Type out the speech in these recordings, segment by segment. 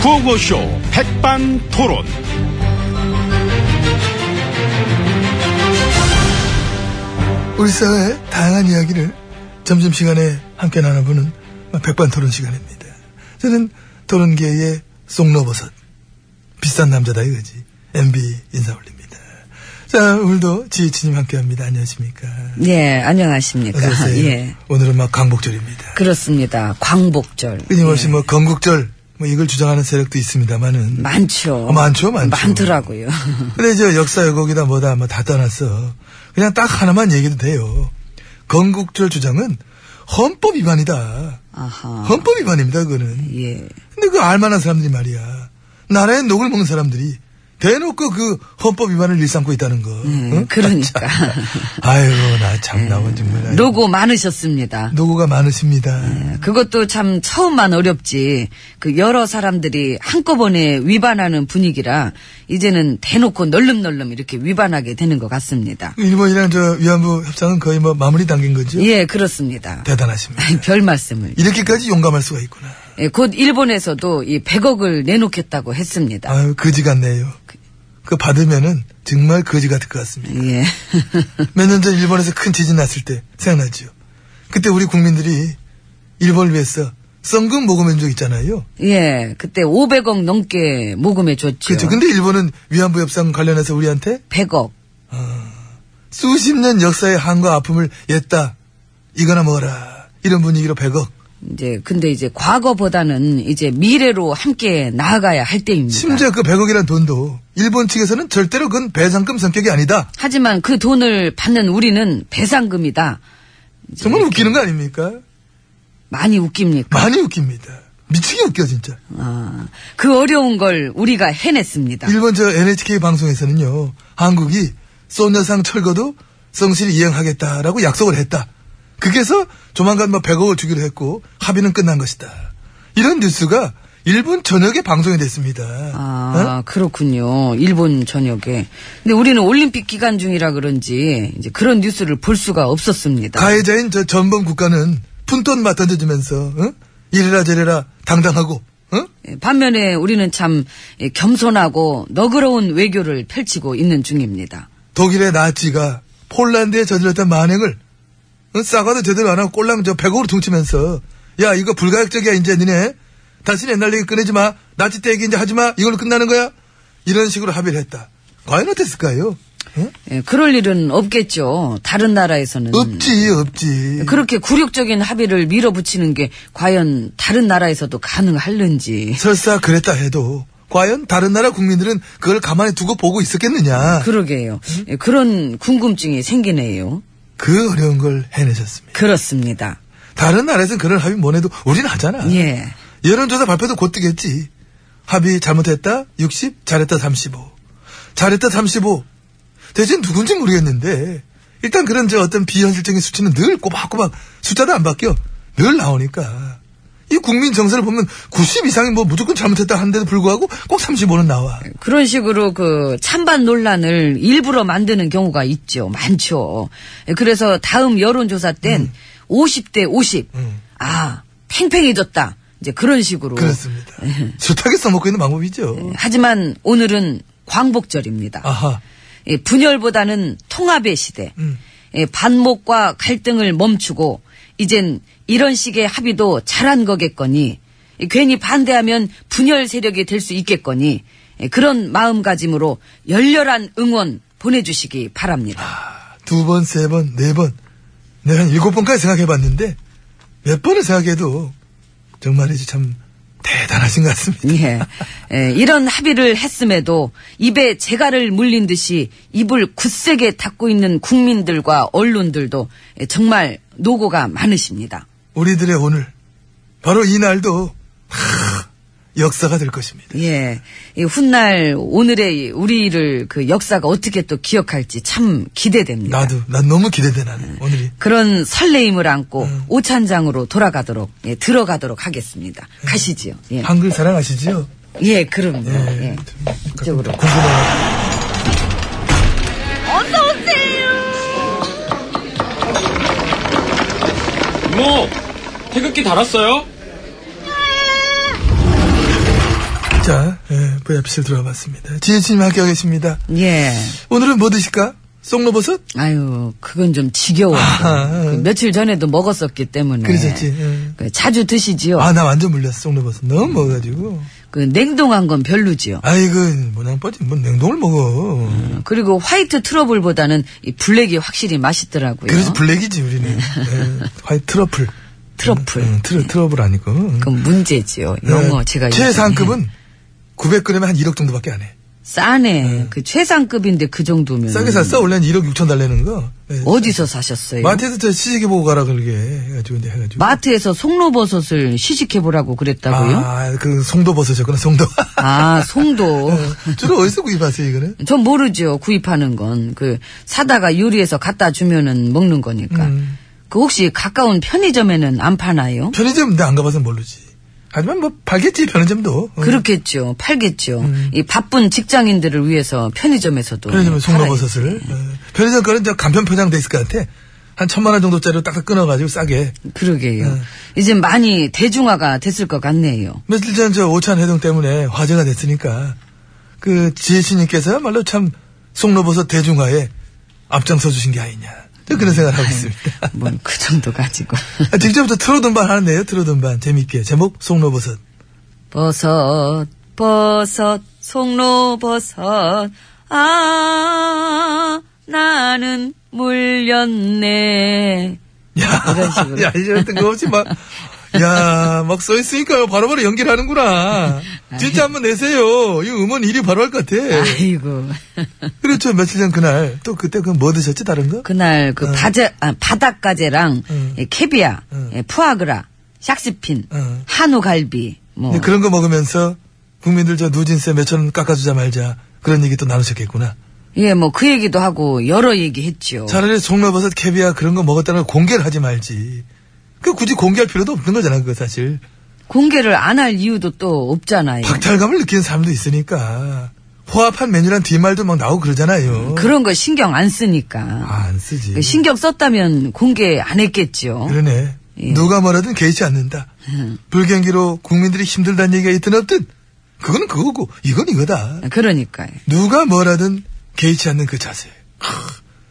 구호쇼 백반토론. 우리 사회의 다양한 이야기를 점심시간에 함께 나눠보는 백반토론 시간입니다. 저는 토론계의 송로버섯 비싼 남자다 이거지 MB 인사 올립니다. 자 오늘도 지혜진님 함께합니다. 안녕하십니까? 예, 안녕하십니까. 어서 오세요. 예. 오늘은 막 강복절입니다. 그렇습니다. 광복절. 끊임없이 예. 음. 뭐 건국절 뭐 이걸 주장하는 세력도 있습니다만은 많죠. 어, 많죠, 많죠. 더라고요 근데 저 역사 왜곡이다 뭐다 뭐다 떠났어. 그냥 딱 하나만 얘기도 돼요. 건국절 주장은 헌법 위반이다. 아하. 헌법 위반입니다, 그거는. 예. 근데 그 알만한 사람들이 말이야. 나라에 녹을 먹는 사람들이 대놓고 그 헌법 위반을 일삼고 있다는 거. 음, 응? 아, 그러니까. 음, 아이고, 나 참, 나온 정말. 아이고. 로고 많으셨습니다. 예, 노고가 많으십니다. 음. 그것도 참 처음만 어렵지. 그 여러 사람들이 한꺼번에 위반하는 분위기라 이제는 대놓고 널름널름 이렇게 위반하게 되는 것 같습니다. 그 일본이랑 저 위안부 협상은 거의 뭐 마무리 단계인 거죠? 예, 그렇습니다. 대단하십니다. 예. 별 말씀을. 이렇게까지 용감할 수가 있구나. 예, 곧 일본에서도 이 100억을 내놓겠다고 했습니다. 아유, 거지 같네요. 그 받으면은 정말 거지 같을 것 같습니다. 예. 몇 년 전 일본에서 큰 지진 났을 때 생각나죠. 그때 우리 국민들이 일본을 위해서 썬금 모금한 적 있잖아요. 예, 그때 500억 넘게 모금해 줬죠. 그렇죠. 근데 일본은 위안부 협상 관련해서 우리한테 100억. 수십 년 역사의 한과 아픔을 옜다. 이거나 먹어라. 이런 분위기로 100억. 이제 근데 이제 과거보다는 이제 미래로 함께 나아가야 할 때입니다. 심지어 그 100억이란 돈도 일본 측에서는 절대로 그건 배상금 성격이 아니다. 하지만 그 돈을 받는 우리는 배상금이다. 이제 정말 이렇게 웃기는 거 아닙니까? 많이 웃깁니까? 많이 웃깁니다. 미치게 웃겨 진짜. 아, 그 어려운 걸 우리가 해냈습니다. 일본 저 NHK 방송에서는요, 한국이 소녀상 철거도 성실히 이행하겠다라고 약속을 했다. 그래서 조만간 뭐 100억을 주기로 했고 합의는 끝난 것이다. 이런 뉴스가 일본 전역에 방송이 됐습니다. 어? 아, 네? 그렇군요. 일본 전역에. 근데 우리는 올림픽 기간 중이라 그런지 이제 그런 뉴스를 볼 수가 없었습니다. 가해자인 저 전범 국가는 푼돈 맞 던져주면서 응? 이래라 저래라 당당하고 어? 응? 예, 반면에 우리는 참 예, 겸손하고 너그러운 외교를 펼치고 있는 중입니다. 독일의 나치가 폴란드에 저질렀던 만행을 응? 싸가도 제대로 안 하고 꼴랑 저 100억으로 퉁치면서 야 이거 불가역적이야 이제 니네 다시는 옛날 얘기 꺼내지 마 나치 때 얘기 이제 하지 마 이걸로 끝나는 거야 이런 식으로 합의를 했다 과연 어땠을까요? 응? 예, 그럴 일은 없겠죠. 다른 나라에서는 예, 없지 없지 음. 그렇게 굴욕적인 합의를 밀어붙이는 게 과연 다른 나라에서도 가능할는지. 설사 그랬다 해도 과연 다른 나라 국민들은 그걸 가만히 두고 보고 있었겠느냐 그러게요. 예, 그런 궁금증이 생기네요. 그 어려운 걸 해내셨습니다 그렇습니다. 다른 나라에서는 그런 합의 못 해도 우린 하잖아 예. 여론조사 발표도 곧 뜨겠지. 합의 잘못했다 60, 잘했다 35. 잘했다 35. 대신 누군지 모르겠는데 일단 그런 저 어떤 비현실적인 수치는 늘 꼬박꼬박 숫자도 안 바뀌어 늘 나오니까 이 국민 정서를 보면 90 이상이 뭐 무조건 잘못했다 하는데도 불구하고 꼭 35는 나와. 그런 식으로 그 찬반 논란을 일부러 만드는 경우가 있죠. 많죠. 예, 그래서 다음 여론조사 땐 50대 50. 음. 아, 팽팽해졌다. 이제 그런 식으로. 그렇습니다. 숱하게 써먹고 있는 네. 방법이죠. 하지만 오늘은 광복절입니다. 아하. 예, 분열보다는 통합의 시대. 음. 예, 반목과 갈등을 멈추고 이젠 이런 식의 합의도 잘한 거겠거니 예, 괜히 반대하면 분열 세력이 될 수 있겠거니 예, 그런 마음가짐으로 열렬한 응원 보내주시기 바랍니다. 두 번, 세 번, 네 번. 내가 한 일곱 번까지 생각해 봤는데, 몇 번을 생각해도, 정말이지 참, 대단하신 것 같습니다. 예, 예, 이런 합의를 했음에도 입에 재갈을 물린 듯이 입을 굳세게 닫고 있는 국민들과 언론들도 예, 정말 노고가 많으십니다. 우리들의 오늘, 바로 이 날도, 하, 역사가 될 것입니다. 예. 이 훗날 오늘의 우리를 그 역사가 어떻게 또 기억할지 참 기대됩니다. 나도, 난 너무 기대돼, 나는, 오늘이. 그런 설레임을 안고 음. 오찬장으로 돌아가도록 예, 들어가도록 하겠습니다. 가시지요. 예. 음. 한글 사랑하시지요? 예, 그럼요. 예. 이쪽으로. 궁금해. 뭐 태극기 달았어요? 자, 자, 예, VIP실 들어와봤습니다. 지혜진님 함께하고 계십니다. 예. 오늘은 뭐 드실까? 송로버섯? 아유, 그건 좀 지겨워. 아하. 음. 그 며칠 전에도 먹었었기 때문에. 그러셨지, 예. 그 자주 드시지요. 아, 나 완전 물렸어, 송로버섯. 너무 먹어가지고. 그 냉동한 건 별로지요. 아이고, 뭐냐, 뻗지. 뭐 냉동을 먹어. 그리고 화이트 트러블보다는 이 블랙이 확실히 맛있더라고요. 그래서 블랙이지, 우리는. 예, 화이 트러플. 네. 트러플. 음, 트러, 트러블 아니고. 그건 문제지요. 영어 예, 제가 네. 요즘에. 최상급은 900g에 한 1억 정도밖에 안 해. 싸네. 그 최상급인데 그 정도면. 싸게 샀어? 원래는 1억 6천 달래는 거. 예, 어디서 사셨어요? 마트에서 저 시식해 보고 가라 그러게 해가지고 이제 해가지고. 에서 송로버섯을 시식해보라고 그랬다고요? 아, 그 송도 버섯이었구나 송도. 아, 송도. 주로 어디서 구입하세요 이거는? 전 모르죠. 구입하는 건. 그, 사다가 요리해서 갖다 주면은 먹는 거니까. 음. 그 혹시 가까운 편의점에는 안 파나요? 편의점 내안 가봐서 모르지. 하지만 뭐 팔겠지 편의점도. 어. 그렇겠죠. 팔겠죠. 이 바쁜 직장인들을 위해서 편의점에서도. 음. 편의점에 송도 팔아요. 버섯을. 어, 편의점 거는 저 간편 포장돼 있을 것 같아. 한 천만 원 정도짜리로 딱딱 끊어가지고 싸게. 그러게요. 네. 이제 많이 대중화가 됐을 것 같네요. 며칠 전 저 오찬 해동 때문에 화제가 됐으니까 그 지혜씨님께서 말로 참 송로버섯 대중화에 앞장서 주신 게 아니냐. 저 음. 그런 생각을 하고 있습니다. 뭔 그 정도 가지고. 아, 직접부터 트로든반 하는데요, 트로든반. 재밌게. 제목, 송로버섯. 버섯, 버섯, 송로버섯, 아, 나는 물렸네. 야, 이런 식으로. 야, 이제 뜬금없이 막, 야, 막 써있으니까 바로바로 연결하는구나. 진짜 한번 내세요. 이 음원 1위 바로 할 것 같아. 아이고. 그렇죠. 며칠 전 그날. 또 그때 그 뭐 드셨지, 다른 거? 그날 그 바제, 아, 바닷가재랑 응. 예, 캐비아, 응. 예, 푸아그라, 샥스핀, 응. 한우갈비, 뭐. 근데 그런 거 먹으면서 국민들 저 누진세 몇 천 원 깎아주자 말자. 그런 얘기 또 나누셨겠구나. 예, 뭐 그 얘기도 하고 여러 얘기 했죠. 차라리 송로버섯, 캐비아 그런 거 먹었다는 걸 공개를 하지 말지. 그 굳이 공개할 필요도 없는 거잖아, 그거 사실. 공개를 안 할 이유도 또 없잖아요. 박탈감을 느끼는 사람도 있으니까 호합한 메뉴란 뒷말도 막 나오고 그러잖아요. 음, 그런 거 신경 안 쓰니까. 아, 안 쓰지. 그 신경 썼다면 공개 안 했겠죠. 그러네. 예. 음. 누가 뭐라든 개의치 않는다. 불경기로 국민들이 힘들다는 얘기가 있든 없든 그건 그거고 이건 이거다. 그러니까요. 누가 뭐라든 개의치 않는 그 자세.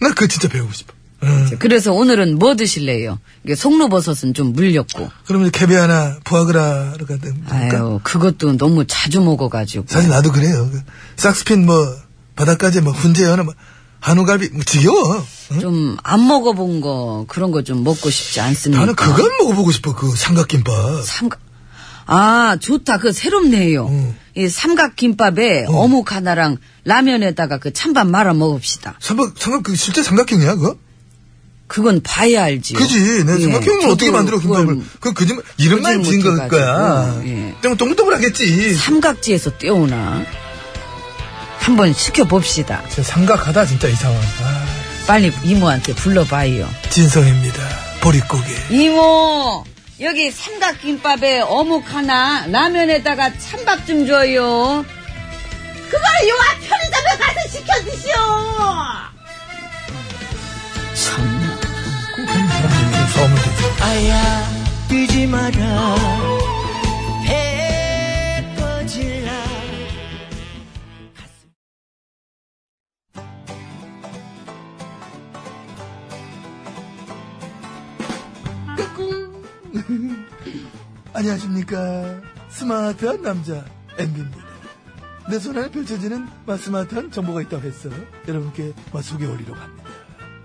나 그거 진짜 배우고 싶어. 응. 그래서 오늘은 뭐 드실래요? 이게 송로버섯은 좀 물렸고. 그러면 캐비아나 부아그라로 가든가. 아유, 그것도 너무 자주 먹어가지고. 그러니까? 사실 나도 그래요. 그 삭스핀 뭐 바닷가재 뭐 훈제어나 뭐 한우갈비 뭐 지겨워. 응? 좀 안 먹어본 거 그런 거 좀 먹고 싶지 않습니다. 나는 그건 먹어보고 싶어. 그 삼각김밥. 삼각. 아 좋다. 그 새롭네요. 음. 이 삼각김밥에 어. 묵 하나랑 라면에다가 그 찬밥 말아 먹읍시다. 삼각, 삼각, 그 실제 삼각형이야, 그거? 그건 봐야 예. 알지. 그지. 내 삼각형을 어떻게 만들어, 김밥을. 그, 그, 이름만 그걸 지은 걸 못해가지고. 거야. 예. 똥 동글동글하겠지. 삼각지에서 떼오나. 한번 시켜봅시다. 진짜 삼각하다, 진짜 이 상황. 아, 빨리 이모한테 불러봐요. 진성입니다. 보릿고개. 이모 여기 삼각김밥에 어묵 하나 라면에다가 찬밥 좀 줘요 그걸 요앞 편의점에 가서 시켜 드시오 참나 서문 되지. 아야 뛰지 마라 배 꺼질라 안녕하십니까. 스마트한 남자, 엠비입니다. 내 손안에 펼쳐지는 마 스마트한 정보가 있다고 해서 여러분께 마 소개 올리러 갑니다.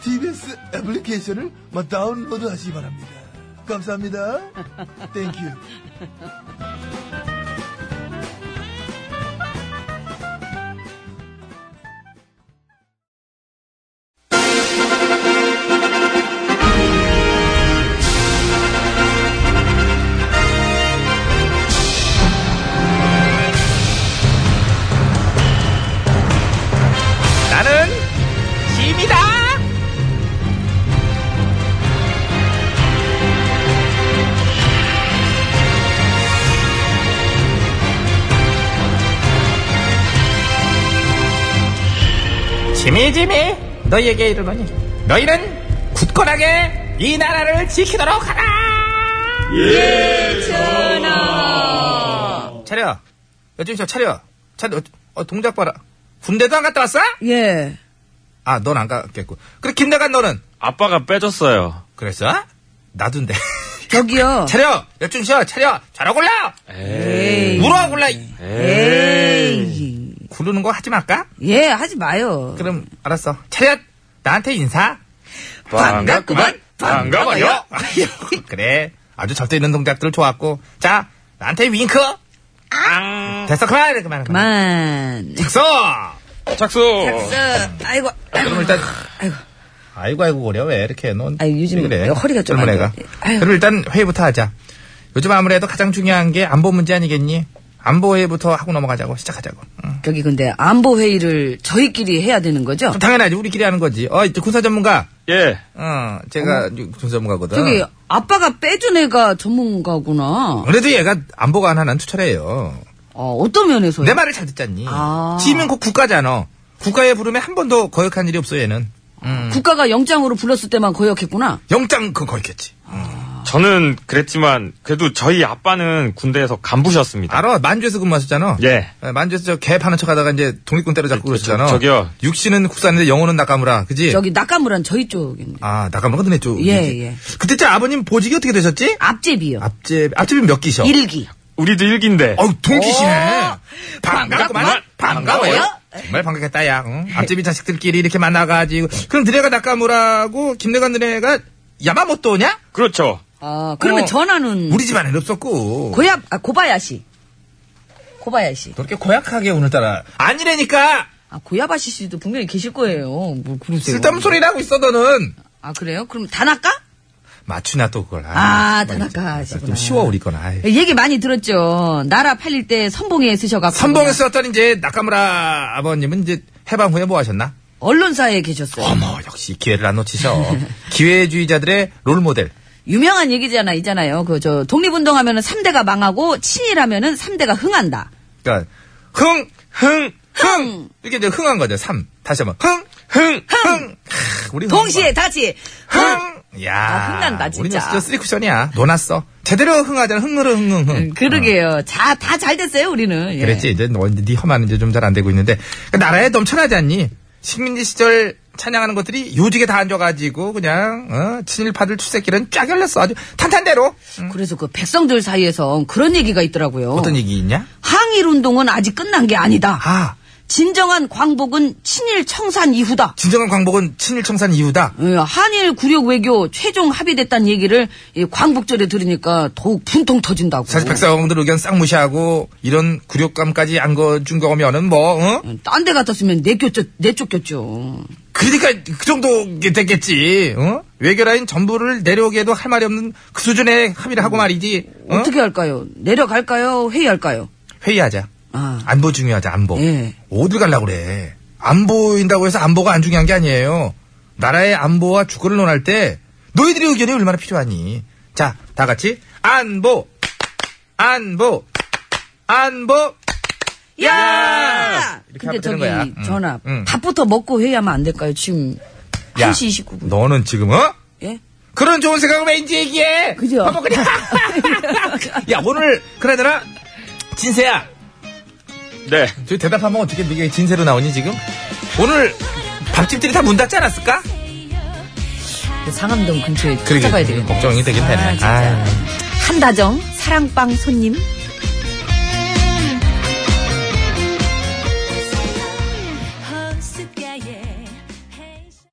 TBS 애플리케이션을 막 다운로드 하시기 바랍니다. 감사합니다. 땡큐. 지미 지미 너희에게 이르노니 너희는 굳건하게 이 나라를 지키도록 하라. 예 전하. 차려. 여준씨 차려. 차려. 어, 어, 동작 봐라. 군대도 안 갔다 왔어? 예. 아, 넌 안 갔겠고. 그래, 김대관 너는? 아빠가 빼줬어요. 그랬어? 나둔데. 저기요. 차려! 여준씨야, 차려! 자라 골라! 에이. 물어 골라! 이- 에이. 구르는 거 하지 말까? 예, 하지 마요. 그럼, 알았어. 차렷! 나한테 인사! 반갑구만. 반가워요! 아, 예. 그래. 아주 절대 있는 동작들 좋았고. 자, 나한테 윙크! 됐어, 그만! 그만, 그만. 만. 됐어! 착수. 어. 아이고. 그럼 일단. 아이고, 아이고, 고려. 왜 이렇게, 넌. 아이, 요즘 왜 그래? 허리가 좀 젊은 안 애가. 좋아. 아유. 그럼 일단 회의부터 하자. 요즘 아무래도 가장 중요한 게 안보 문제 아니겠니? 안보 회의부터 하고 넘어가자고, 시작하자고. 응. 여기 근데 안보 회의를 저희끼리 해야 되는 거죠? 그럼 당연하지 우리끼리 하는 거지. 어, 이제 군사 전문가. 예. 어, 제가 군사 전문가거든. 저기 아빠가 빼준 애가 전문가구나. 그래도 얘가 안보가 하나는 투철해요. 어, 어떤 면에서요? 내 말을 잘 듣잖니. 아. 지면 곧 국가잖아. 국가의 부름에 한 번도 거역한 일이 없어 얘는. 음. 국가가 영장으로 불렀을 때만 거역했구나. 영장 그거 거역했지. 저는 그랬지만 그래도 저희 아빠는 군대에서 간부셨습니다. 알아 만주에서 근무하셨잖아. 예. 그렇죠. 어, 만주에서 저개 파는 척하다가 이제 독립군 때려잡고 그러셨잖아. 저- 저기요. 육신은 국산인데 영혼은 낙가무라, 그지? 저기 낙가무란 저희 쪽인데. 아 낙가무라가 너네 쪽. 예, 예. 그때쯤 아버님 보직이 어떻게 되셨지? 앞제비요. 앞집 앞집이 몇 기셔? 일기. 우리도 일기인데. 어우, 동기시네. 반갑구만. 반가워요. 정말 반갑겠다, 야. 응? 앞집이 자식들끼리 이렇게 만나가지고. 그럼 드레가 낙가무라고, 김대관 드레가 야마모토냐? 그렇죠. 아, 그러면 어. 전화는 우리 집안엔 없었고. 고야 아, 고바야시. 고바야시. 그렇게 고약하게 오늘따라. 아니라니까! 아, 고야바시 씨도 분명히 계실 거예요. 뭘 그러세요? 쓸데없는 소리를 하고 있어, 너는. 아, 그래요? 그럼 다나까? 맞추나, 또 그걸. 아, 정말 이제. 다나카 좀 하시구나. 쉬워, 우리 거나. 아이. 예. 얘기 많이 들었죠. 나라 팔릴 때 선봉에 쓰셔가지고. 선봉에서 어떤 이제 낙가무라 아버님은 이제 해방 후에 뭐 하셨나? 언론사에 계셨어요. 어머, 역시 기회를 안 놓치셔. 기회주의자들의 롤모델. 유명한 얘기잖아, 이잖아요. 그, 저, 독립운동하면은 3대가 망하고, 친일하면은 3대가 흥한다. 그러니까 흥, 흥, 흥 이렇게 이제 흥한 거죠. 삼 다시 한번 흥, 흥, 흥. 크, 우리 동시에 다시, 흥! 흥. 야, 아, 흥난다, 우리는 진짜. 진짜 쓰리 쿠션이야. 논았어. 제대로 흥하잖아. 흥으로 흥흥 흥. 음, 그러게요. 자, 다 잘 됐어요, 우리는. 예. 그랬지. 이제 너, 이제 네 험한 이제 좀 잘 안 되고 있는데 그러니까 나라에 넘쳐나지 않니? 식민지 시절 찬양하는 것들이 요직에 다 앉아가지고 그냥 어, 친일파들 출세길은 쫙 열렸어. 아주 탄탄대로. 그래서 그 백성들 사이에서 그런 얘기가 있더라고요. 어떤 얘기 있냐? 항일운동은 아직 끝난 게 아니다. 아, 진정한 광복은 친일 청산 이후다. 진정한 광복은 친일 청산 이후다. 예, 한일 구력 외교 최종 합의됐다는 얘기를 이 광복절에 들으니까 더욱 분통 터진다고. 사실 백사공들 의견 싹 무시하고 이런 굴욕감까지 안거준 경험이면은 뭐 어? 예, 딴 데 갔었으면 내쫓, 내쫓겼죠. 그러니까 그 정도 됐겠지 어? 외교라인 전부를 내려오게도 할 말이 없는 그 수준의 합의를 하고 말이지 어? 음. 어떻게 할까요? 내려갈까요? 회의할까요? 회의하자 아. 안보 중요하자 안보 예. 어딜 가려고 그래 안 보인다고 해서 안보가 안 중요한 게 아니에요 나라의 안보와 주권을 논할 때 너희들의 의견이 얼마나 필요하니 자 다 같이 안보 안보 안보 야! 근데 이렇게 하면 되는 저기 거야. 음. 전화 음. 밥부터 먹고 회의하면 안 될까요? 지금 야, 1시 29분. 너는 지금 어? 예? 그런 좋은 생각을 왜 이제 얘기해? 그죠? 밥 먹으냐? 야 오늘 그러느라 진세야. 네. 저희 대답하면 어떻게 네가 진세로 나오니 지금? 오늘 밥집들이 다 문 닫지 않았을까? 그 상암동 근처에 그러게 찾아봐야 되겠네. 걱정이 되긴 되네. 아, 진짜. 한다정 사랑빵 손님